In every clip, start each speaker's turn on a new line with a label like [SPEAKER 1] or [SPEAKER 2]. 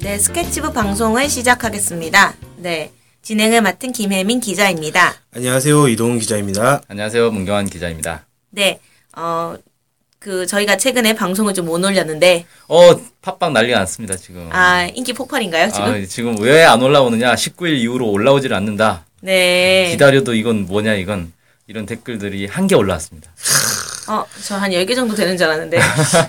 [SPEAKER 1] 네, 스케치북 방송을 시작하겠습니다. 네, 진행을 맡은 김혜민 기자입니다.
[SPEAKER 2] 안녕하세요. 이동훈 기자입니다.
[SPEAKER 3] 안녕하세요. 문경환 기자입니다.
[SPEAKER 1] 네, 어, 그 저희가 최근에 방송을 좀 못 올렸는데
[SPEAKER 3] 어, 팟빵 난리가 났습니다, 지금.
[SPEAKER 1] 아 인기 폭발인가요 지금?
[SPEAKER 3] 어. 아, 지금 왜 안 올라오느냐? 19일 이후로 올라오질 않는다.
[SPEAKER 1] 네,
[SPEAKER 3] 기다려도 이건 뭐냐, 이건. 이런 댓글들이 한 개 올라왔습니다.
[SPEAKER 1] 어, 저 한 10개 정도 되는 줄 알았는데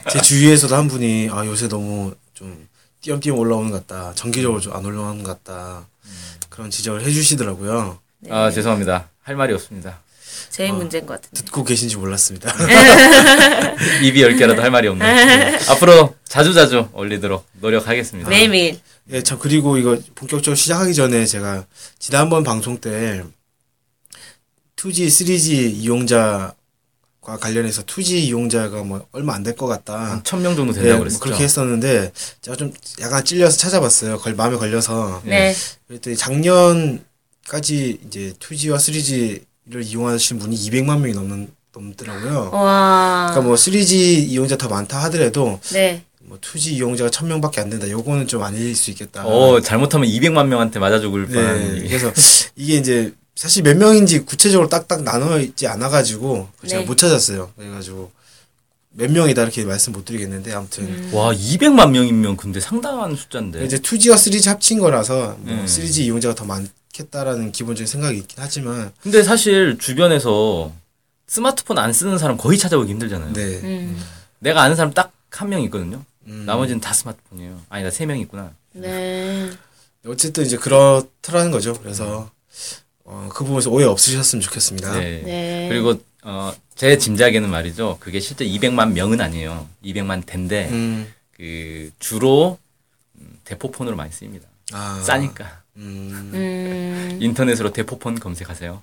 [SPEAKER 2] 제 주위에서도 한 분이 아 요새 너무 좀 띄엄띄엄 올라오는 것 같다. 정기적으로 좀 안 올라오는 것 같다. 그런 지적을 해주시더라고요.
[SPEAKER 1] 네.
[SPEAKER 3] 아, 죄송합니다. 할 말이 없습니다. 어.
[SPEAKER 1] 제일 문제인 것 같은데.
[SPEAKER 2] 듣고 계신지 몰랐습니다.
[SPEAKER 3] 네. 입이 열 개라도 할 말이 없네. 앞으로 자주자주 올리도록 노력하겠습니다.
[SPEAKER 1] 매일매일.
[SPEAKER 2] 예, 참 그리고 이거 본격적으로 시작하기 전에 제가 지난번 방송 때 2G, 3G 이용자와 관련해서 2G 이용자가 뭐 얼마 안 될 것 같다.
[SPEAKER 3] 한 천 명 정도
[SPEAKER 2] 네,
[SPEAKER 3] 음, 된다고
[SPEAKER 2] 뭐
[SPEAKER 3] 그랬었죠.
[SPEAKER 2] 그렇게 했었는데 제가 좀 약간 찔려서 찾아봤어요. 걸 마음에 걸려서.
[SPEAKER 3] 예.
[SPEAKER 1] 네,
[SPEAKER 2] 그랬더니 작년까지 이제 2G와 3G를 이용하신 분이 200만 명이 넘는 넘더라고요.
[SPEAKER 1] 어. 와,
[SPEAKER 2] 그러니까 뭐 3G 이용자 더 많다 하더라도
[SPEAKER 1] 네,
[SPEAKER 2] 뭐 2G 이용자가 1000명밖에 안 된다. 요거는 좀 아닐 수 있겠다.
[SPEAKER 3] 어, 잘못하면 200만 명한테 맞아 죽을 뻔한
[SPEAKER 2] 네.
[SPEAKER 3] 얘기.
[SPEAKER 2] 그래서 이게 이제 사실 몇 명인지 구체적으로 딱딱 나눠 있지 않아 가지고 제가
[SPEAKER 1] 네.
[SPEAKER 2] 못 찾았어요. 그래 가지고 몇 명이다 이렇게 말씀 못 드리겠는데 아무튼
[SPEAKER 1] 음.
[SPEAKER 3] 와, 200만 명이면 근데 상당한 숫자인데.
[SPEAKER 2] 네, 이제 2G와 3G 합친 거라서 뭐
[SPEAKER 3] 음.
[SPEAKER 2] 3G 이용자가 더 많겠다라는 기본적인 생각이 있긴 하지만
[SPEAKER 3] 근데 사실 주변에서 스마트폰 안 쓰는 사람 거의 찾아보기 힘들잖아요.
[SPEAKER 2] 네.
[SPEAKER 1] 음,
[SPEAKER 3] 내가 아는 사람 딱 한 명 있거든요.
[SPEAKER 2] 음.
[SPEAKER 3] 나머지는 다 스마트폰이에요. 아니, 나 세 명 있구나.
[SPEAKER 1] 네,
[SPEAKER 2] 어쨌든 이제 그렇더라는 거죠. 그래서 어, 그 부분에서 오해 없으셨으면 좋겠습니다.
[SPEAKER 3] 네.
[SPEAKER 1] 네.
[SPEAKER 3] 그리고 어, 제 짐작에는 말이죠. 그게 실제 200만 명은 아니에요. 200만 대인데
[SPEAKER 2] 음,
[SPEAKER 3] 그 주로 음, 대포폰으로 많이 쓰입니다.
[SPEAKER 2] 아,
[SPEAKER 3] 싸니까
[SPEAKER 2] 음,
[SPEAKER 1] 음,
[SPEAKER 3] 인터넷으로 대포폰 검색하세요.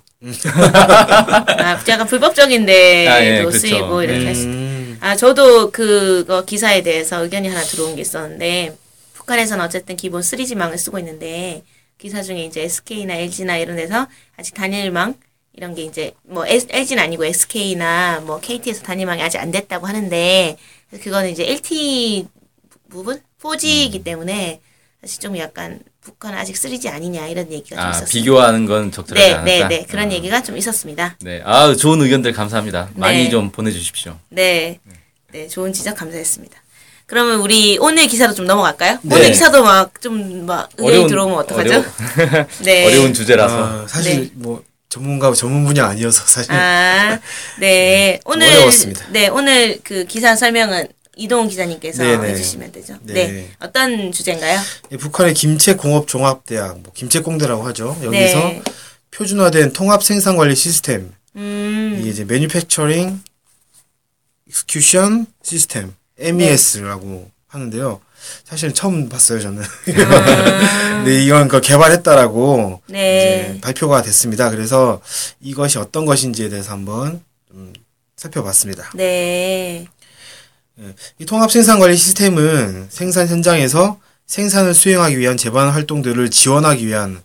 [SPEAKER 1] 아, 약간 불법적인데도
[SPEAKER 3] 아, 예, 그렇죠.
[SPEAKER 1] 쓰이고 이렇게
[SPEAKER 3] 네.
[SPEAKER 1] 했을
[SPEAKER 2] 음,
[SPEAKER 1] 아, 저도 그거 기사에 대해서 의견이 하나 들어온 게 있었는데, 북한에서는 어쨌든 기본 3G망을 쓰고 있는데, 기사 중에 이제 SK나 LG나 이런 데서 아직 단일망, 이런 게 이제, 뭐, LG는 아니고 SK나 뭐, KT에서 단일망이 아직 안 됐다고 하는데, 그래서 그거는 이제 LTE 부분?
[SPEAKER 3] 음.
[SPEAKER 1] 4G이기 때문에, 사실 좀 약간, 북한은 아직 3G 아니냐, 이런 얘기가 좀
[SPEAKER 3] 아
[SPEAKER 1] 있었어요.
[SPEAKER 3] 비교하는 건 적절하지
[SPEAKER 1] 네,
[SPEAKER 3] 않았다.
[SPEAKER 1] 네, 네. 그런
[SPEAKER 3] 아,
[SPEAKER 1] 얘기가 좀 있었습니다.
[SPEAKER 3] 네, 아 좋은 의견들 감사합니다.
[SPEAKER 1] 네.
[SPEAKER 3] 많이 좀 보내주십시오.
[SPEAKER 1] 네. 네, 좋은 지적 감사했습니다. 그러면 우리 오늘 기사로 좀 넘어갈까요?
[SPEAKER 3] 네.
[SPEAKER 1] 오늘 기사도 막 좀 막 의견이 들어오면 어떡하죠?
[SPEAKER 3] 어려운,
[SPEAKER 1] 네.
[SPEAKER 3] 어려운 주제라서
[SPEAKER 2] 아, 사실 뭐 전문가 전문 분야 아니어서 사실
[SPEAKER 1] 아, 네. 오늘
[SPEAKER 2] 어려웠습니다.
[SPEAKER 1] 네, 오늘 그 기사 설명은 이동훈 기자님께서
[SPEAKER 2] 네, 네.
[SPEAKER 1] 해 주시면 되죠. 네.
[SPEAKER 2] 네.
[SPEAKER 1] 어떤 주제인가요?
[SPEAKER 2] 예, 북한의 김책공업종합대학, 뭐 김책공대라고 하죠. 여기서
[SPEAKER 1] 네.
[SPEAKER 2] 표준화된 통합 생산 관리 시스템,
[SPEAKER 1] 음.
[SPEAKER 2] 이게 이제 Manufacturing Execution System (MES라고) 하는데요. 사실은 처음 봤어요 저는.
[SPEAKER 3] 아.
[SPEAKER 2] 근데 이건 그 개발했다라고
[SPEAKER 1] 네.
[SPEAKER 2] 이제 발표가 됐습니다. 그래서 이것이 어떤 것인지에 대해서 한번 좀 살펴봤습니다.
[SPEAKER 1] 네.
[SPEAKER 2] 이 통합 생산 관리 시스템은 생산 현장에서 생산을 수행하기 위한 재반 활동들을 지원하기 위한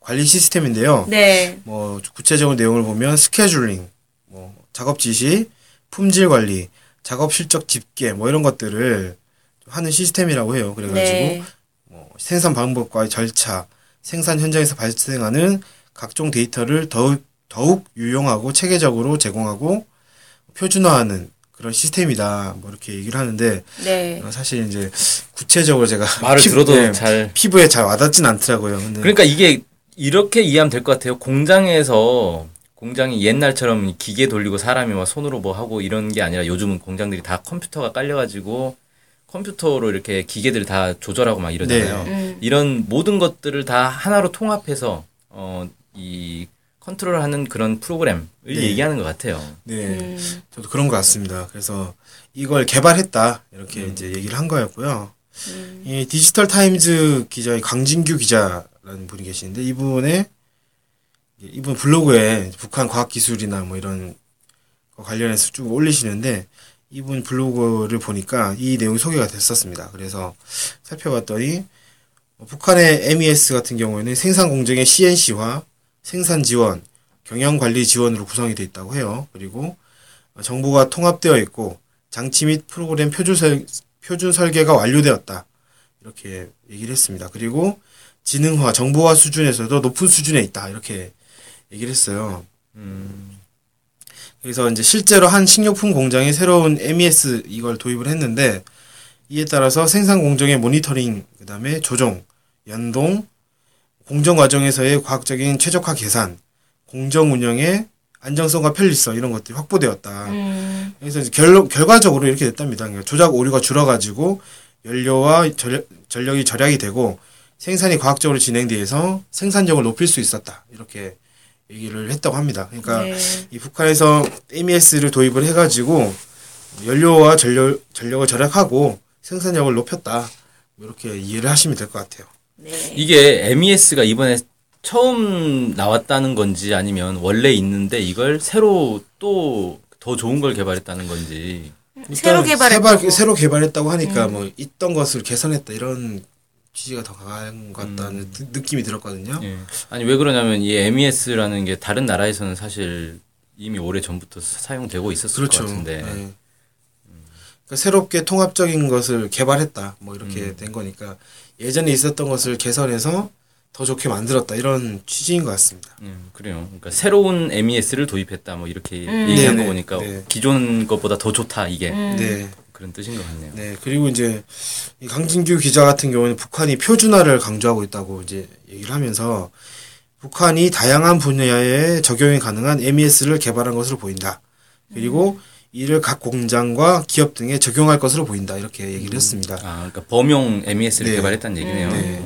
[SPEAKER 2] 관리 시스템인데요.
[SPEAKER 1] 네.
[SPEAKER 2] 뭐 구체적인 내용을 보면 스케줄링, 뭐 작업 지시, 품질 관리, 작업 실적 집계 뭐 이런 것들을 하는 시스템이라고 해요. 그래가지고
[SPEAKER 1] 네.
[SPEAKER 2] 뭐 생산 방법과 절차, 생산 현장에서 발생하는 각종 데이터를 더욱 더욱 유용하고 체계적으로 제공하고 표준화하는 그런 시스템이다. 뭐 이렇게 얘기를 하는데
[SPEAKER 1] 네.
[SPEAKER 2] 사실 이제 구체적으로 제가
[SPEAKER 3] 말을
[SPEAKER 2] 피-
[SPEAKER 3] 들어도
[SPEAKER 2] 네,
[SPEAKER 3] 잘
[SPEAKER 2] 피부에 잘 와닿진 않더라고요. 근데
[SPEAKER 3] 그러니까 이게 이렇게 이해하면 될 것 같아요. 공장에서 공장이 옛날처럼 기계 돌리고 사람이 막 손으로 뭐 하고 이런 게 아니라 요즘은 공장들이 다 컴퓨터가 깔려가지고 컴퓨터로 이렇게 기계들을 다 조절하고 막 이러잖아요.
[SPEAKER 1] 음.
[SPEAKER 3] 이런 모든 것들을 다 하나로 통합해서 어 이 컨트롤하는 그런 프로그램을
[SPEAKER 2] 네.
[SPEAKER 3] 얘기하는 것 같아요.
[SPEAKER 2] 네.
[SPEAKER 1] 음.
[SPEAKER 2] 저도 그런 것 같습니다. 그래서 이걸 개발했다 이렇게 이제 얘기를 한 거였고요. 이 디지털 타임즈 기자의 강진규 기자라는 분이 계시는데 이분의 이분 블로그에 북한 과학 기술이나 뭐 이런 거 관련해서 쭉 올리시는데 이분 블로그를 보니까 이 내용 이 소개가 됐었습니다. 그래서 살펴봤더니 뭐 북한의 MES 같은 경우에는 생산 공정의 CNC와 생산 지원, 경영 관리 지원으로 구성이 되어 있다고 해요. 그리고 정보가 통합되어 있고 장치 및 프로그램 표준, 설, 표준 설계가 완료되었다. 이렇게 얘기를 했습니다. 그리고 지능화, 정보화 수준에서도 높은 수준에 있다 이렇게 얘기를 했어요. 그래서 이제 실제로 한 식료품 공장에 새로운 MES 이걸 도입을 했는데 이에 따라서 생산 공정의 모니터링, 그다음에 조정, 연동, 공정 과정에서의 과학적인 최적화 계산, 공정 운영의 안정성과 편리성 이런 것들이 확보되었다.
[SPEAKER 1] 음,
[SPEAKER 2] 그래서 이제 결론, 결과적으로 이렇게 됐답니다. 그러니까 조작 오류가 줄어가지고 연료와 절, 전력이 절약이 되고 생산이 과학적으로 진행돼서 생산력을 높일 수 있었다. 이렇게 얘기를 했다고 합니다. 그러니까
[SPEAKER 1] 네.
[SPEAKER 2] 이 북한에서 MES를 도입을 해가지고 연료와 전력, 전력을 절약하고 생산력을 높였다. 뭐 이렇게 이해를 하시면 될 것 같아요.
[SPEAKER 1] 네.
[SPEAKER 3] 이게 MES가 이번에 처음 나왔다는 건지 아니면 원래 있는데 이걸 새로 또 더 좋은 걸 개발했다는 건지
[SPEAKER 1] 새로 개발했다고. 음.
[SPEAKER 2] 일단 세발- 그러니까 새로 개발했다고 하니까 뭐 있던 것을 개선했다 이런 취지가 더 강한 것 같다는 느- 느낌이 들었거든요.
[SPEAKER 3] 음. 예. 아니 왜 그러냐면 이 MES라는 게 다른 나라에서는 사실 이미 오래 전부터 사- 사용되고 있었을 것 같은데
[SPEAKER 2] 네. 그러니까 새롭게 통합적인 것을 개발했다. 뭐 이렇게
[SPEAKER 3] 음.
[SPEAKER 2] 된 거니까 예전에 있었던 것을 개선해서 더 좋게 만들었다. 이런 취지인 것 같습니다.
[SPEAKER 3] 예, 그래요. 그러니까 새로운 MES를 도입했다 뭐 이렇게
[SPEAKER 1] 음.
[SPEAKER 3] 얘기한
[SPEAKER 2] 네네.
[SPEAKER 3] 거 보니까
[SPEAKER 2] 네.
[SPEAKER 3] 기존 것보다 더 좋다 이게
[SPEAKER 1] 음,
[SPEAKER 2] 네.
[SPEAKER 3] 그런 뜻인 것 같네요.
[SPEAKER 2] 네. 그리고 이제 이 강진규 기자 같은 경우는 북한이 표준화를 강조하고 있다고 이제 얘기를 하면서 북한이 다양한 분야에 적용이 가능한 MES를 개발한 것으로 보인다. 그리고 이를 각 공장과 기업 등에 적용할 것으로 보인다. 이렇게 얘기를 했습니다.
[SPEAKER 3] 아, 그러니까 범용 MES를
[SPEAKER 2] 네.
[SPEAKER 3] 개발했다는 얘기네요.
[SPEAKER 2] 네.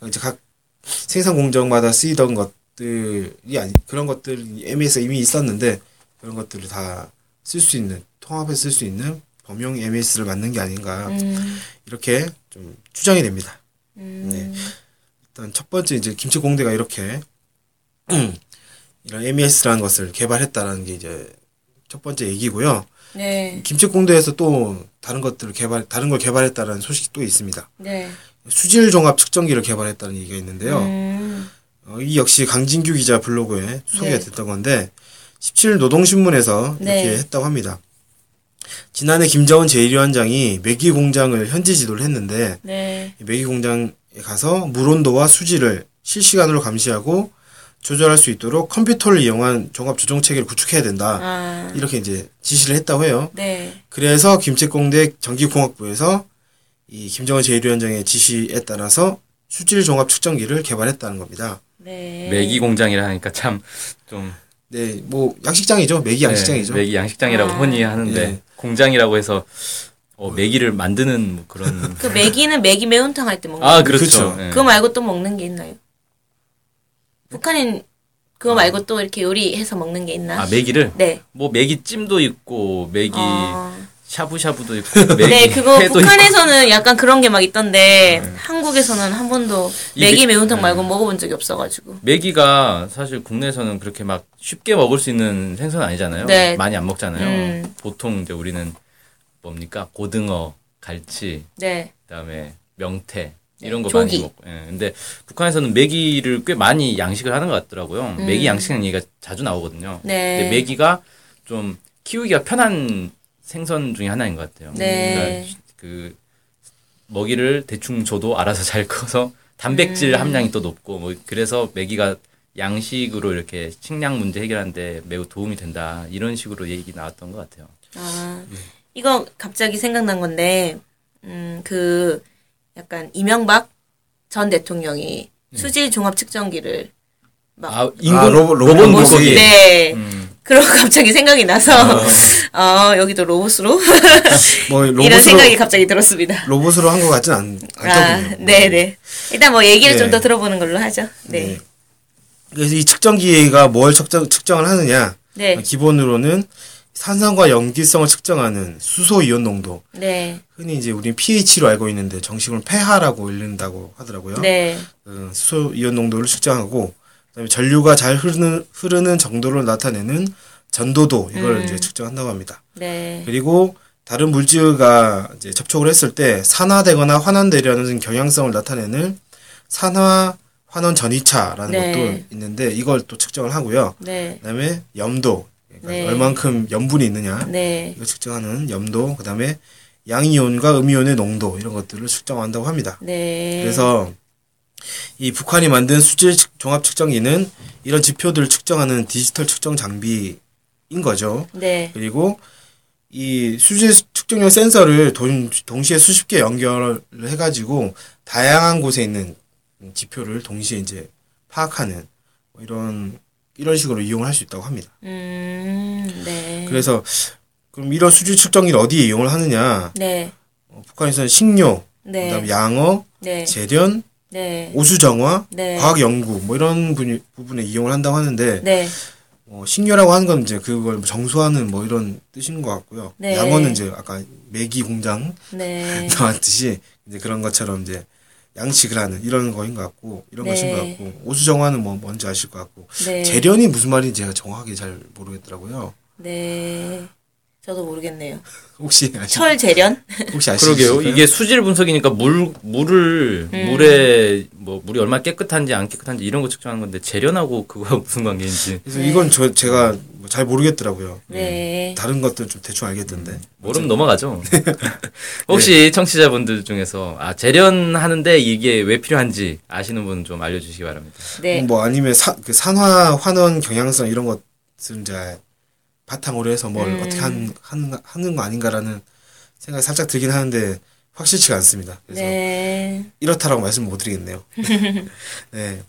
[SPEAKER 3] 어.
[SPEAKER 2] 이제 각 생산 공정마다 쓰이던 것들이 아니 그런 것들이 MES 에 이미 있었는데 그런 것들을 다 쓸 수 있는 통합해 쓸 수 있는 범용 MES를 만든 게 아닌가
[SPEAKER 1] 음,
[SPEAKER 2] 이렇게 좀 추정이 됩니다.
[SPEAKER 1] 음,
[SPEAKER 2] 네. 일단 첫 번째 이제 김치 공대가 이렇게 이런 E MES라는 것을 개발했다라는 게 이제 첫 번째 얘기고요.
[SPEAKER 1] 네.
[SPEAKER 2] 김치 공대에서 또 다른 것들을 개발 다른 걸 개발했다라는 소식이 또 있습니다.
[SPEAKER 1] 네.
[SPEAKER 2] 수질 종합 측정기를 개발했다는 얘기가 있는데요.
[SPEAKER 1] 음,
[SPEAKER 2] 어, 이 역시 강진규 기자 블로그에 소개가
[SPEAKER 1] 네.
[SPEAKER 2] 됐던 건데 17일 노동신문에서
[SPEAKER 1] 네.
[SPEAKER 2] 이렇게 했다고 합니다. 지난해 김정은 제1위원장이 매기 공장을 현지 지도를 했는데
[SPEAKER 1] 네.
[SPEAKER 2] 이 매기 공장에 가서 물 온도와 수질을 실시간으로 감시하고 조절할 수 있도록 컴퓨터를 이용한 종합 조정 체계를 구축해야 된다.
[SPEAKER 1] 아,
[SPEAKER 2] 이렇게 이제 지시를 했다고 해요.
[SPEAKER 1] 네.
[SPEAKER 2] 그래서 김책공대 전기공학부에서 이 김정은 제1위원장의 지시에 따라서 수질 종합 측정기를 개발했다는 겁니다.
[SPEAKER 1] 네.
[SPEAKER 3] 매기 공장이라 하니까 참 좀 네,
[SPEAKER 2] 네, 뭐 양식장이죠.
[SPEAKER 1] 네,
[SPEAKER 2] 매기 양식장이죠.
[SPEAKER 3] 매기 양식장이라고
[SPEAKER 1] 아.
[SPEAKER 3] 흔히 하는데
[SPEAKER 2] 예.
[SPEAKER 3] 공장이라고 해서 어, 매기를 만드는 뭐 그런
[SPEAKER 1] 그 매기는 매기 매운탕 할 때 먹는.
[SPEAKER 3] 아 그렇죠.
[SPEAKER 2] 그쵸.
[SPEAKER 3] 예.
[SPEAKER 1] 그거 말고 또 먹는 게 있나요? 북한인 그거 말고 또 이렇게 요리해서 먹는 게 있나?
[SPEAKER 3] 아 매기를
[SPEAKER 1] 네.
[SPEAKER 3] 뭐 매기 찜도 있고 매기
[SPEAKER 1] 어.
[SPEAKER 3] 샤브샤브도 있고 매기
[SPEAKER 1] 네, 그거
[SPEAKER 3] 회도 있고. 네.
[SPEAKER 1] 북한에서는 약간 그런 게 막 있던데 한국에서는 한 번도
[SPEAKER 3] 이
[SPEAKER 1] 매기
[SPEAKER 3] 매-
[SPEAKER 1] 매운탕
[SPEAKER 3] 네.
[SPEAKER 1] 말고 먹어본 적이 없어가지고.
[SPEAKER 3] 매기가 사실 국내에서는 그렇게 막 쉽게 먹을 수 있는 생선 아니잖아요.
[SPEAKER 1] 네.
[SPEAKER 3] 많이 안 먹잖아요.
[SPEAKER 1] 음.
[SPEAKER 3] 보통 이제 우리는 뭡니까 고등어, 갈치,
[SPEAKER 1] 네,
[SPEAKER 3] 그다음에 명태 이런
[SPEAKER 1] 네,
[SPEAKER 3] 거
[SPEAKER 1] 조기.
[SPEAKER 3] 많이 먹고. 예. 근데 북한에서는 메기를 꽤 많이 양식을 하는 것 같더라고요.
[SPEAKER 1] 음.
[SPEAKER 3] 메기 양식이라는 얘기가 자주 나오거든요.
[SPEAKER 1] 네.
[SPEAKER 3] 근데 메기가 좀 키우기가 편한 생선 중에 하나인 것 같아요.
[SPEAKER 1] 네.
[SPEAKER 3] 그러니까 그 먹이를 대충 줘도 알아서 잘 커서
[SPEAKER 1] 음.
[SPEAKER 3] 단백질 함량이 또 높고 뭐 그래서 메기가 양식으로 이렇게 식량 문제 해결하는데 매우 도움이 된다 이런 식으로 얘기 나왔던 것 같아요.
[SPEAKER 1] 아 이거 갑자기 생각난 건데, 음그 약간 이명박 전 대통령이
[SPEAKER 3] 네.
[SPEAKER 1] 수질 종합 측정기를 막
[SPEAKER 3] 아
[SPEAKER 2] 아, 로봇- 로봇
[SPEAKER 3] 물고기.
[SPEAKER 2] 물고기.
[SPEAKER 1] 네.
[SPEAKER 3] 음.
[SPEAKER 1] 그런 갑자기 생각이 나서 어, 여기도 로봇으로
[SPEAKER 2] 뭐
[SPEAKER 1] 이런 생각이
[SPEAKER 2] 로봇으로
[SPEAKER 1] 갑자기 들었습니다.
[SPEAKER 2] 로봇으로 한 것 같진 않,
[SPEAKER 1] 아,
[SPEAKER 2] 않거든요. 음.
[SPEAKER 1] 네네. 일단 뭐 얘기를
[SPEAKER 2] 네.
[SPEAKER 1] 좀 더 들어보는 걸로 하죠. 네.
[SPEAKER 2] 네. 그래서 이 측정기가 뭘 측정, 측정을 하느냐?
[SPEAKER 1] 네.
[SPEAKER 2] 기본으로는 산성과 염기성을 측정하는 수소 이온 농도.
[SPEAKER 1] 네.
[SPEAKER 2] 흔히 이제 우리는 pH로 알고 있는데 정식으로 폐하라고 읽는다고 하더라고요.
[SPEAKER 1] 네.
[SPEAKER 2] 그 수소 이온 농도를 측정하고 그다음에 전류가 잘 흐르는 흐르는 정도를 나타내는 전도도 이걸
[SPEAKER 1] 음.
[SPEAKER 2] 이제 측정한다고 합니다.
[SPEAKER 1] 네.
[SPEAKER 2] 그리고 다른 물질과 이제 접촉을 했을 때 산화되거나 환원되려는 경향성을 나타내는 산화 환원 전이차라는
[SPEAKER 1] 네.
[SPEAKER 2] 것도 있는데 이걸 또 측정을 하고요.
[SPEAKER 1] 네.
[SPEAKER 2] 그다음에 염도 그러니까
[SPEAKER 1] 네.
[SPEAKER 2] 얼만큼 염분이 있느냐
[SPEAKER 1] 네.
[SPEAKER 2] 이거 측정하는 염도 그다음에 양이온과 음이온의 농도 이런 것들을 측정한다고 합니다.
[SPEAKER 1] 네.
[SPEAKER 2] 그래서 이 북한이 만든 수질 측- 종합 측정기는 이런 지표들을 측정하는 디지털 측정 장비인 거죠.
[SPEAKER 1] 네.
[SPEAKER 2] 그리고 이 수질 측정용 센서를 동- 동시에 수십 개 연결을 해가지고 다양한 곳에 있는 지표를 동시에 이제 파악하는 뭐 이런 이런 식으로 이용을 할 수 있다고 합니다.
[SPEAKER 1] 음, 네.
[SPEAKER 2] 그래서 그럼 이런 수질 측정기를 어디에 이용을 하느냐?
[SPEAKER 1] 네.
[SPEAKER 2] 어, 북한에서는 식료,
[SPEAKER 1] 네.
[SPEAKER 2] 그다음 양어,
[SPEAKER 1] 네.
[SPEAKER 2] 재련,
[SPEAKER 1] 네.
[SPEAKER 2] 오수정화,
[SPEAKER 1] 네.
[SPEAKER 2] 과학 연구 뭐 이런 분이- 부분에 이용을 한다고 하는데
[SPEAKER 1] 네.
[SPEAKER 2] 어, 식료라고 하는 건 이제 그걸 뭐 정수하는 뭐 이런 뜻인 것 같고요.
[SPEAKER 1] 네.
[SPEAKER 2] 양어는 이제 아까 매기 공장
[SPEAKER 1] 네.
[SPEAKER 2] 나왔듯이 이제 그런 것처럼 이제 양식을 하는 이런 거인 것 같고 이런
[SPEAKER 1] 네.
[SPEAKER 2] 것인 것 같고 오수정화는 뭐 뭔지 아실 것 같고
[SPEAKER 1] 네.
[SPEAKER 2] 재련이 무슨 말인지 제가 정확하게 잘 모르겠더라고요.
[SPEAKER 1] 네. 저도 모르겠네요.
[SPEAKER 2] 혹시 아시
[SPEAKER 1] 철 재련?
[SPEAKER 2] 혹시 아시죠?
[SPEAKER 3] 그러게요. 이게 수질 분석이니까 물 물을
[SPEAKER 1] 음.
[SPEAKER 3] 물에 뭐 물이 얼마나 깨끗한지 안 깨끗한지 이런 거 측정하는 건데 재련하고 그거가 무슨 관계인지
[SPEAKER 2] 그래서 이건 저 제가 뭐잘 모르겠더라고요.
[SPEAKER 1] 네.
[SPEAKER 2] 다른 것들 좀 대충 알겠던데.
[SPEAKER 3] 모름 넘어가죠. 혹시
[SPEAKER 1] 예.
[SPEAKER 3] 청취자분들 중에서 아 재련하는데 이게 왜 필요한지 아시는 분 좀 알려주시기 바랍니다.
[SPEAKER 1] 네.
[SPEAKER 2] 뭐 아니면 사, 그 산화 환원 경향성 이런 것을 이제 바탕으로 해서 뭘
[SPEAKER 1] 음.
[SPEAKER 2] 어떻게 한, 한, 하는 거 아닌가라는 생각이 살짝 들긴 하는데 확실치가 않습니다. 그래서
[SPEAKER 1] 네.
[SPEAKER 2] 이렇다라고 말씀 못 드리겠네요. 네.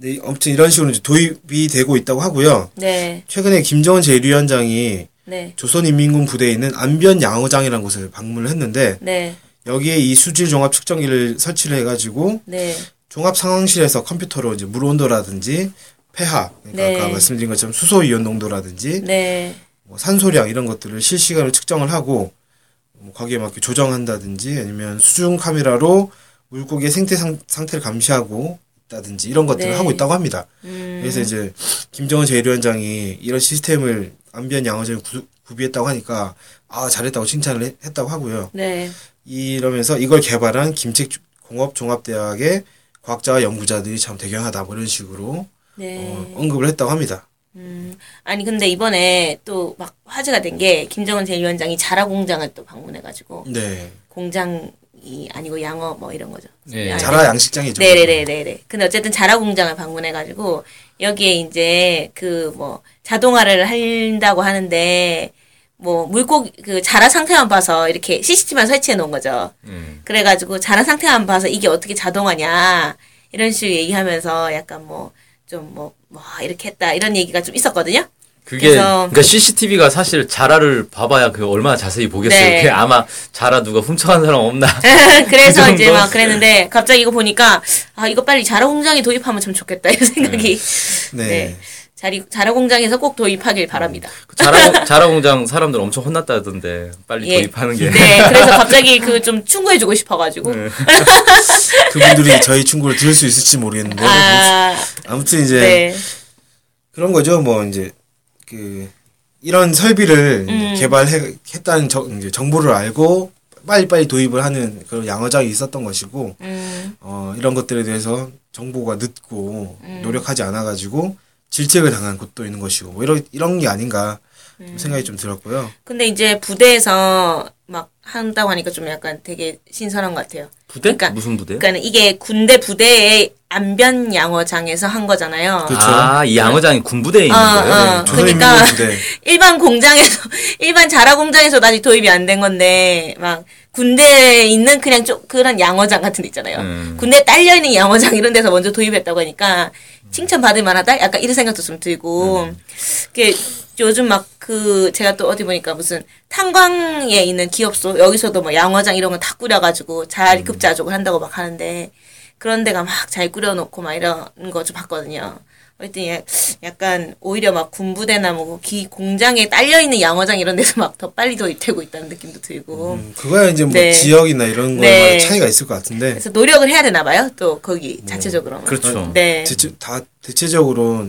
[SPEAKER 2] 네, 아무튼 이런 식으로 이제 도입이 되고 있다고 하고요.
[SPEAKER 1] 네.
[SPEAKER 2] 최근에 김정은 제1위원장이
[SPEAKER 1] 네.
[SPEAKER 2] 조선인민군 부대에 있는 안변 양어장이라는 곳을 방문을 했는데
[SPEAKER 1] 네.
[SPEAKER 2] 여기에 이 수질 종합 측정기를 설치를 해가지고
[SPEAKER 1] 네.
[SPEAKER 2] 종합 상황실에서 컴퓨터로 이제 물 온도라든지 폐하, 그러니까
[SPEAKER 1] 네.
[SPEAKER 2] 아까 말씀드린 것처럼 수소 이온 농도라든지
[SPEAKER 1] 네.
[SPEAKER 2] 뭐 산소량 이런 것들을 실시간으로 측정을 하고 뭐 거기에 맞게 조정한다든지 아니면 수중 카메라로 물고기의 생태 상, 상태를 감시하고 있다든지 이런 것들을
[SPEAKER 1] 네.
[SPEAKER 2] 하고 있다고 합니다.
[SPEAKER 1] 음.
[SPEAKER 2] 그래서 이제 김정은 제1위원장이 이런 시스템을 안변 양어장에 구- 구비했다고 하니까 아 잘했다고 칭찬을 해- 했다고 하고요.
[SPEAKER 1] 네.
[SPEAKER 2] 이러면서 이걸 개발한 김책공업종합대학의 과학자와 연구자들이 참 대견하다 뭐 이런 식으로
[SPEAKER 1] 네.
[SPEAKER 2] 어, 언급을 했다고 합니다.
[SPEAKER 1] 음. 아니 근데 이번에 또 막 화제가 된 게 김정은 제1위원장이 자라 공장을 또 방문해 가지고
[SPEAKER 2] 네,
[SPEAKER 1] 공장이 아니고 양어 뭐 이런 거죠.
[SPEAKER 3] 네.
[SPEAKER 1] 아,
[SPEAKER 2] 자라 양식장이죠.
[SPEAKER 1] 네네네네네. 근데 어쨌든 자라 공장을 방문해가지고 여기에 이제 그 뭐 자동화를 한다고 하는데 뭐 물고기 그 자라 상태만 봐서 이렇게 CCTV만 설치해 놓은 거죠.
[SPEAKER 3] 음.
[SPEAKER 1] 그래가지고 자라 상태만 봐서 이게 어떻게 자동화냐 이런 식으로 얘기하면서 약간 뭐 좀 뭐 뭐 이렇게 했다 이런 얘기가 좀 있었거든요.
[SPEAKER 3] 그게
[SPEAKER 1] 그래서-
[SPEAKER 3] 그러니까 CCTV가 사실 자라를 봐봐야 그 얼마나 자세히 보겠어요.
[SPEAKER 1] 네.
[SPEAKER 3] 그게 아마 자라 누가 훔쳐간 사람 없나
[SPEAKER 1] 그래서
[SPEAKER 3] 그
[SPEAKER 1] 이제
[SPEAKER 3] 정도?
[SPEAKER 1] 막 그랬는데 갑자기 이거 보니까 아 이거 빨리 자라 공장에 도입하면 참 좋겠다 이런 생각이
[SPEAKER 3] 음.
[SPEAKER 2] 네.
[SPEAKER 1] 네. 자리 자라 공장에서 꼭 도입하길 바랍니다.
[SPEAKER 3] 그 자라 자라 공장 사람들 엄청 혼났다던데 빨리
[SPEAKER 1] 예.
[SPEAKER 3] 도입하는 게
[SPEAKER 1] 네, 그래서 갑자기 그 좀 충고해주고 싶어가지고.
[SPEAKER 2] 그분들이 저희 충고를 들을 수 있을지 모르겠는데
[SPEAKER 1] 아,
[SPEAKER 2] 아무튼 이제
[SPEAKER 1] 네.
[SPEAKER 2] 그런 거죠. 뭐 이제 그 이런 설비를
[SPEAKER 1] 음.
[SPEAKER 2] 개발했다는 정, 이제 정보를 알고 빨리빨리 도입을 하는 그런 양어장이 있었던 것이고
[SPEAKER 1] 음,
[SPEAKER 2] 어, 이런 것들에 대해서 정보가 늦고
[SPEAKER 1] 음.
[SPEAKER 2] 노력하지 않아가지고 질책을 당한 곳도 있는 것이고 뭐 이런 이런 게 아닌가 좀
[SPEAKER 1] 음.
[SPEAKER 2] 생각이 좀 들었고요.
[SPEAKER 1] 근데 이제 부대에서 막 한다고 하니까 좀 약간 되게 신선한 것 같아요.
[SPEAKER 3] 부대
[SPEAKER 1] 그러니까-
[SPEAKER 3] 무슨 부대요?
[SPEAKER 1] 그러니까 이게 군대 부대의 안변 양어장에서 한 거잖아요.
[SPEAKER 2] 그렇죠.
[SPEAKER 3] 아이 양어장이 군부대에 있는
[SPEAKER 1] 그러니까 네. 어,
[SPEAKER 3] 거예요? 네.
[SPEAKER 1] 어. 그러니까-
[SPEAKER 2] 조선인민군데
[SPEAKER 1] 일반 공장에서 일반 자라 공장에서 아직 도입이 안 된 건데 막 군대에 있는 그냥 좀 그런 양어장 같은 데 있잖아요.
[SPEAKER 3] 음.
[SPEAKER 1] 군대에 딸려 있는 양어장 이런 데서 먼저 도입했다고 하니까 칭찬 받을 만하다. 약간 이런 생각도 좀 들고 그 요즘 막 그 제가 또 어디 보니까 무슨 탄광에 있는 기업소 여기서도 뭐 양어장 이런 거 다 꾸려가지고
[SPEAKER 2] 음.
[SPEAKER 1] 잘 급자족을 한다고 막 하는데 그런 데가 막 잘 꾸려놓고 막 이런 거 좀 봤거든요. 그랬더니 야- 약간 오히려 막 군부대나 뭐기 공장에 딸려 있는 양어장 이런 데서 막 더 빨리 도입되고 있다는 느낌도 들고
[SPEAKER 2] 음, 그거야 이제 뭐
[SPEAKER 1] 네.
[SPEAKER 2] 지역이나 이런 거에
[SPEAKER 1] 네.
[SPEAKER 2] 많은 차이가 있을 것 같은데
[SPEAKER 1] 그래서 노력을 해야 되나 봐요. 또
[SPEAKER 2] 음.
[SPEAKER 1] 거기 자체적으로.
[SPEAKER 3] 그렇죠.
[SPEAKER 1] 네.
[SPEAKER 2] 대체, 다 대체적으로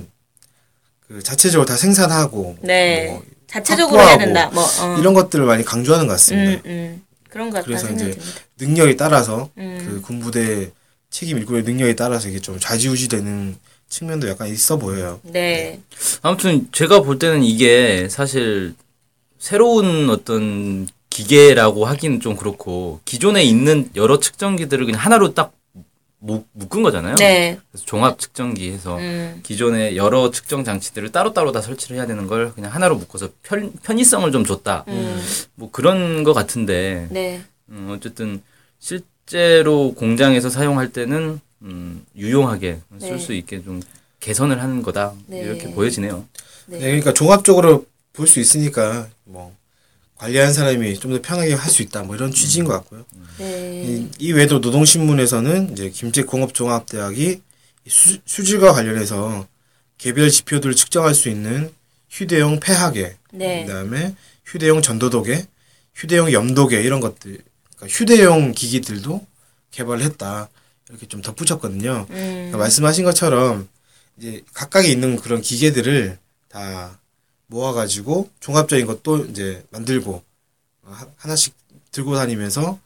[SPEAKER 2] 그 자체적으로 다 생산하고
[SPEAKER 1] 네.
[SPEAKER 2] 뭐
[SPEAKER 1] 자체적으로 해야
[SPEAKER 2] 확보하고
[SPEAKER 1] 된다. 뭐 어.
[SPEAKER 2] 이런 것들을 많이 강조하는 것 같습니다.
[SPEAKER 1] 음, 음. 그런 것 같다는
[SPEAKER 2] 그래서
[SPEAKER 1] 생각이
[SPEAKER 2] 이제
[SPEAKER 1] 듭니다.
[SPEAKER 2] 능력에 따라서
[SPEAKER 1] 음.
[SPEAKER 2] 그 군부대 책임 일꾼의 능력에 따라서 이게 좀 좌지우지되는 측면도 약간 있어 보여요.
[SPEAKER 1] 네.
[SPEAKER 3] 아무튼 제가 볼 때는 이게 사실 새로운 어떤 기계라고 하기는 좀 그렇고 기존에 있는 여러 측정기들을 그냥 하나로 딱 묶- 묶은 거잖아요.
[SPEAKER 1] 네.
[SPEAKER 3] 그래서 종합 측정기
[SPEAKER 2] 어.
[SPEAKER 3] 해서
[SPEAKER 1] 음.
[SPEAKER 3] 기존의 여러 측정 장치들을 따로따로 다 설치를 해야 되는 걸 그냥 하나로 묶어서 편, 편의성을 좀 줬다.
[SPEAKER 1] 음.
[SPEAKER 3] 뭐 그런 거 같은데
[SPEAKER 1] 네.
[SPEAKER 3] 음, 어쨌든 실제로 공장에서 사용할 때는 음, 유용하게 쓸
[SPEAKER 1] 네.
[SPEAKER 3] 수 있게 좀 개선을 하는 거다
[SPEAKER 1] 네.
[SPEAKER 3] 이렇게 보여지네요.
[SPEAKER 1] 네.
[SPEAKER 2] 네, 그러니까 종합적으로 볼 수 있으니까 뭐 관리하는 사람이 좀 더 편하게 할 수 있다 뭐 이런 취지인 것 같고요.
[SPEAKER 1] 네.
[SPEAKER 2] 이, 이 외에도 노동신문에서는 이제 김제공업종합대학이 수, 수질과 관련해서 개별 지표들을 측정할 수 있는 휴대용 폐하계,
[SPEAKER 1] 네.
[SPEAKER 2] 그다음에 휴대용 전도도계, 휴대용 염도계 이런 것들, 그러니까 휴대용 기기들도 개발을 했다 이렇게 좀 덧붙였거든요.
[SPEAKER 1] 음.
[SPEAKER 2] 그러니까 말씀하신 것처럼 이제 각각에 있는 그런 기계들을 다 모아가지고 종합적인 것도 이제 만들고 어, 하- 하나씩 들고 다니면서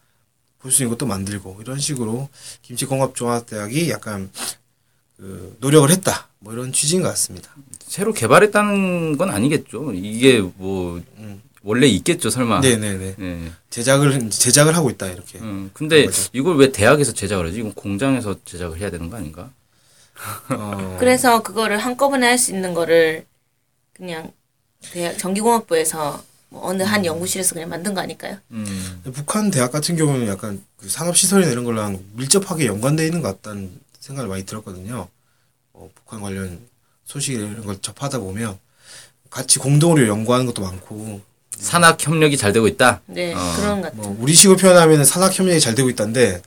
[SPEAKER 2] 볼 수 있는 것도 만들고 이런 식으로 김치공업종합대학이 약간 그 노력을 했다 뭐 이런 취지인 것 같습니다.
[SPEAKER 3] 새로 개발했다는 건 아니겠죠. 이게 뭐 원래 있겠죠, 설마.
[SPEAKER 2] 네네네
[SPEAKER 3] 예.
[SPEAKER 2] 제작을 제작을 하고 있다 이렇게.
[SPEAKER 3] 음, 근데
[SPEAKER 2] 그런 거죠.
[SPEAKER 3] 이걸 왜 대학에서 제작을 하지? 이건 공장에서 제작을 해야 되는 거 아닌가?
[SPEAKER 2] 어,
[SPEAKER 1] 그래서 그거를 한꺼번에 할 수 있는 거를 그냥 대학 전기공학부에서 뭐 어느 한 연구실에서 그냥 만든 거 아닐까요?
[SPEAKER 3] 음.
[SPEAKER 2] 북한 대학 같은 경우는 약간 그 산업 시설이나 이런 거랑 밀접하게 연관돼 있는 것 같다는 생각을 많이 들었거든요. 어, 북한 관련 소식 이런 걸 접하다 보면 같이 공동으로 연구하는 것도 많고
[SPEAKER 3] 산학 협력이 잘 되고 있다.
[SPEAKER 1] 네,
[SPEAKER 3] 어,
[SPEAKER 1] 그런 것 같아요.
[SPEAKER 2] 뭐 우리식으로 표현하면 산학 협력이 잘 되고 있다는데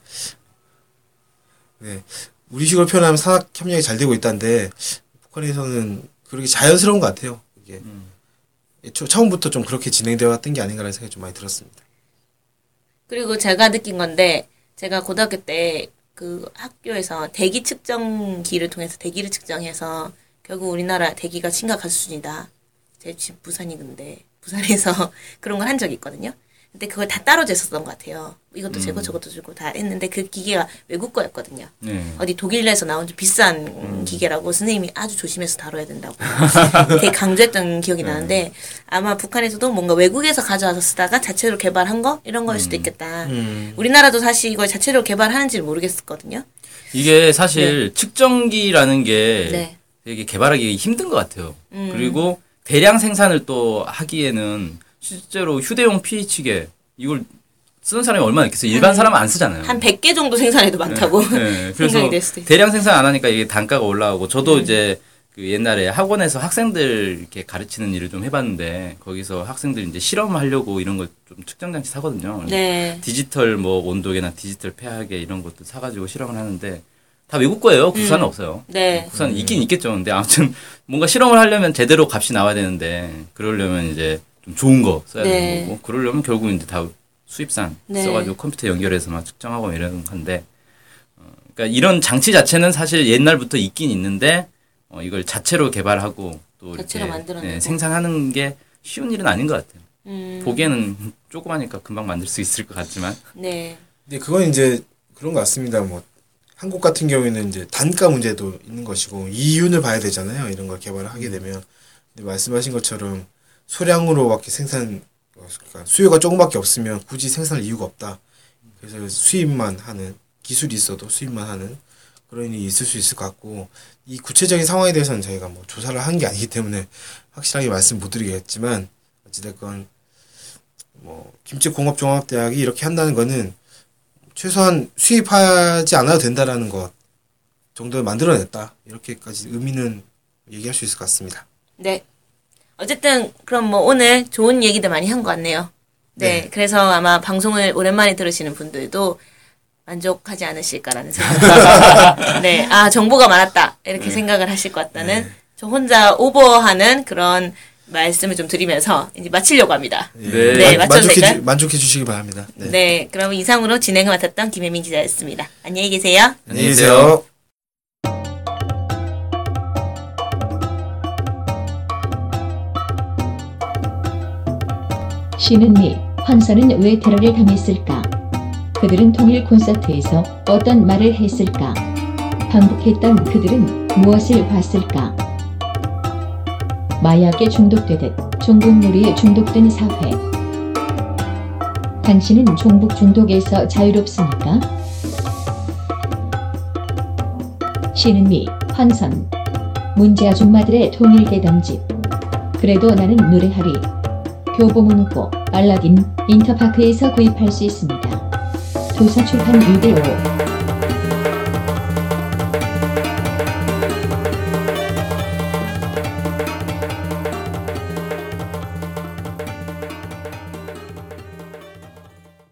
[SPEAKER 2] 네 우리식으로 표현하면 산학 협력이 잘 되고 있다는데 북한에서는 그렇게 자연스러운 것 같아요. 이게 애초- 처음부터 좀 그렇게 진행되어 왔던 게 아닌가라는 생각이 좀 많이 들었습니다.
[SPEAKER 1] 그리고 제가 느낀 건데 제가 고등학교 때 그 학교에서 대기 측정기를 통해서 대기를 측정해서 결국 우리나라 대기가 심각한 수준이다. 제 집 부산이 근데 부산에서 그런 걸 한 적이 있거든요. 근데 그걸 다 따로 쟀었던 것 같아요. 이것도 재고 저것도 재고 다 했는데 그 기계가 외국 거였거든요.
[SPEAKER 3] 네.
[SPEAKER 1] 어디 독일에서 나온 좀 비싼
[SPEAKER 3] 음.
[SPEAKER 1] 기계라고 선생님이 아주 조심해서 다뤄야 된다고 되게 강조했던 기억이
[SPEAKER 3] 네.
[SPEAKER 1] 나는데 아마 북한에서도 뭔가 외국에서 가져와서 쓰다가 자체로 개발한 거 이런 거일
[SPEAKER 3] 음.
[SPEAKER 1] 수도 있겠다. 우리나라도 사실 이걸 자체로 개발하는지 모르겠었거든요.
[SPEAKER 3] 이게 사실 측정기라는 게
[SPEAKER 1] 네. 음.
[SPEAKER 3] 되게 개발하기 힘든 것 같아요. 그리고 대량 생산을 또 하기에는 실제로 휴대용 pH계 이걸 쓰는 사람이 얼마나 있겠어요? 일반 사람은 안 쓰잖아요.
[SPEAKER 1] 한 100개 정도 생산해도 많다고
[SPEAKER 3] 네,
[SPEAKER 1] 어, 생각이
[SPEAKER 3] 그래서
[SPEAKER 1] 될 수도 있어요. 음.
[SPEAKER 3] 대량 생산 안 하니까 이게 단가가 올라오고 저도 이제 그 옛날에 학원에서 학생들 이렇게 가르치는 일을 좀 해봤는데 거기서 학생들 이제 실험하려고 이런 걸 좀 측정 장치 사거든요.
[SPEAKER 1] 네.
[SPEAKER 3] 디지털 뭐 온도계나 디지털 폐하계 이런 것도 사가지고 실험을 하는데 다 외국
[SPEAKER 1] 음.
[SPEAKER 3] 거예요. 국산은 없어요.
[SPEAKER 1] 네.
[SPEAKER 3] 국산 있긴 있겠죠. 근데 아무튼 뭔가 실험을 하려면 제대로 값이 나와야 되는데 그러려면 이제 좀 좋은 거 써야
[SPEAKER 1] 네.
[SPEAKER 3] 되는 거고 그러려면 결국은 이제 다 수입산
[SPEAKER 1] 네.
[SPEAKER 3] 써가지고 컴퓨터 연결해서 막 측정하고 이런 건데 어, 그러니까 이런 장치 자체는 사실 옛날부터 있긴 있는데 어, 이걸 자체로 개발하고 또 이렇게
[SPEAKER 1] 자체로 만들어내고.
[SPEAKER 3] 예, 생산하는 게 쉬운 일은 아닌 것 같아요.
[SPEAKER 1] 음,
[SPEAKER 3] 보기에는 조그마니까 금방 만들 수 있을 것 같지만
[SPEAKER 1] 네.
[SPEAKER 2] 네, 그건 이제 그런 것 같습니다. 뭐 한국 같은 경우에는 이제 단가 문제도 있는 것이고 이윤을 봐야 되잖아요. 이런 걸 개발을 하게 되면 근데 말씀하신 것처럼 소량으로밖에 생산 그러니까 수요가 조금밖에 없으면 굳이 생산할 이유가 없다. 그래서 수입만 하는 기술이 있어도 수입만 하는 그런 일이 있을 수 있을 것 같고 이 구체적인 상황에 대해서는 저희가 뭐 조사를 한 게 아니기 때문에 확실하게 말씀 못 드리겠지만 어찌됐건 뭐 김치공업종합대학이 이렇게 한다는 거는 최소한 수입하지 않아도 된다라는 것 정도를 만들어냈다 이렇게까지 의미는 얘기할 수 있을 것 같습니다.
[SPEAKER 1] 네. 어쨌든 그럼 뭐 오늘 좋은 얘기들 많이 한 것 같네요. 네, 그래서 아마 방송을 오랜만에 들으시는 분들도 만족하지 않으실까라는 생각. 네. 아 정보가 많았다 이렇게 생각을 하실 것 같다는 저 혼자 오버하는 그런 말씀을 좀 드리면서 이제 마치려고 합니다.
[SPEAKER 2] 예.
[SPEAKER 3] 네.
[SPEAKER 1] 네,
[SPEAKER 2] 만-
[SPEAKER 1] 맞춰도
[SPEAKER 2] 만족해, 주,
[SPEAKER 1] 될까요?
[SPEAKER 2] 만족해 주시기 바랍니다.
[SPEAKER 1] 네.
[SPEAKER 2] 네.
[SPEAKER 1] 그럼 이상으로 진행을 맡았던 김혜민 기자였습니다. 안녕히 계세요.
[SPEAKER 2] 안녕히 계세요.
[SPEAKER 4] 신은미, 환선은 왜 테러를 당했을까? 그들은 통일 콘서트에서 어떤 말을 했을까? 반복했던 그들은 무엇을 봤을까? 마약에 중독되듯 종북놀이에 중독된 사회. 당신은 종북 중독에서 자유롭습니까? 신은미, 환선, 문제 아줌마들의 통일 개담집. 그래도 나는 노래하리. 교보문고, 알라딘, 인터파크에서 구입할 수 있습니다. 도서출판 6대5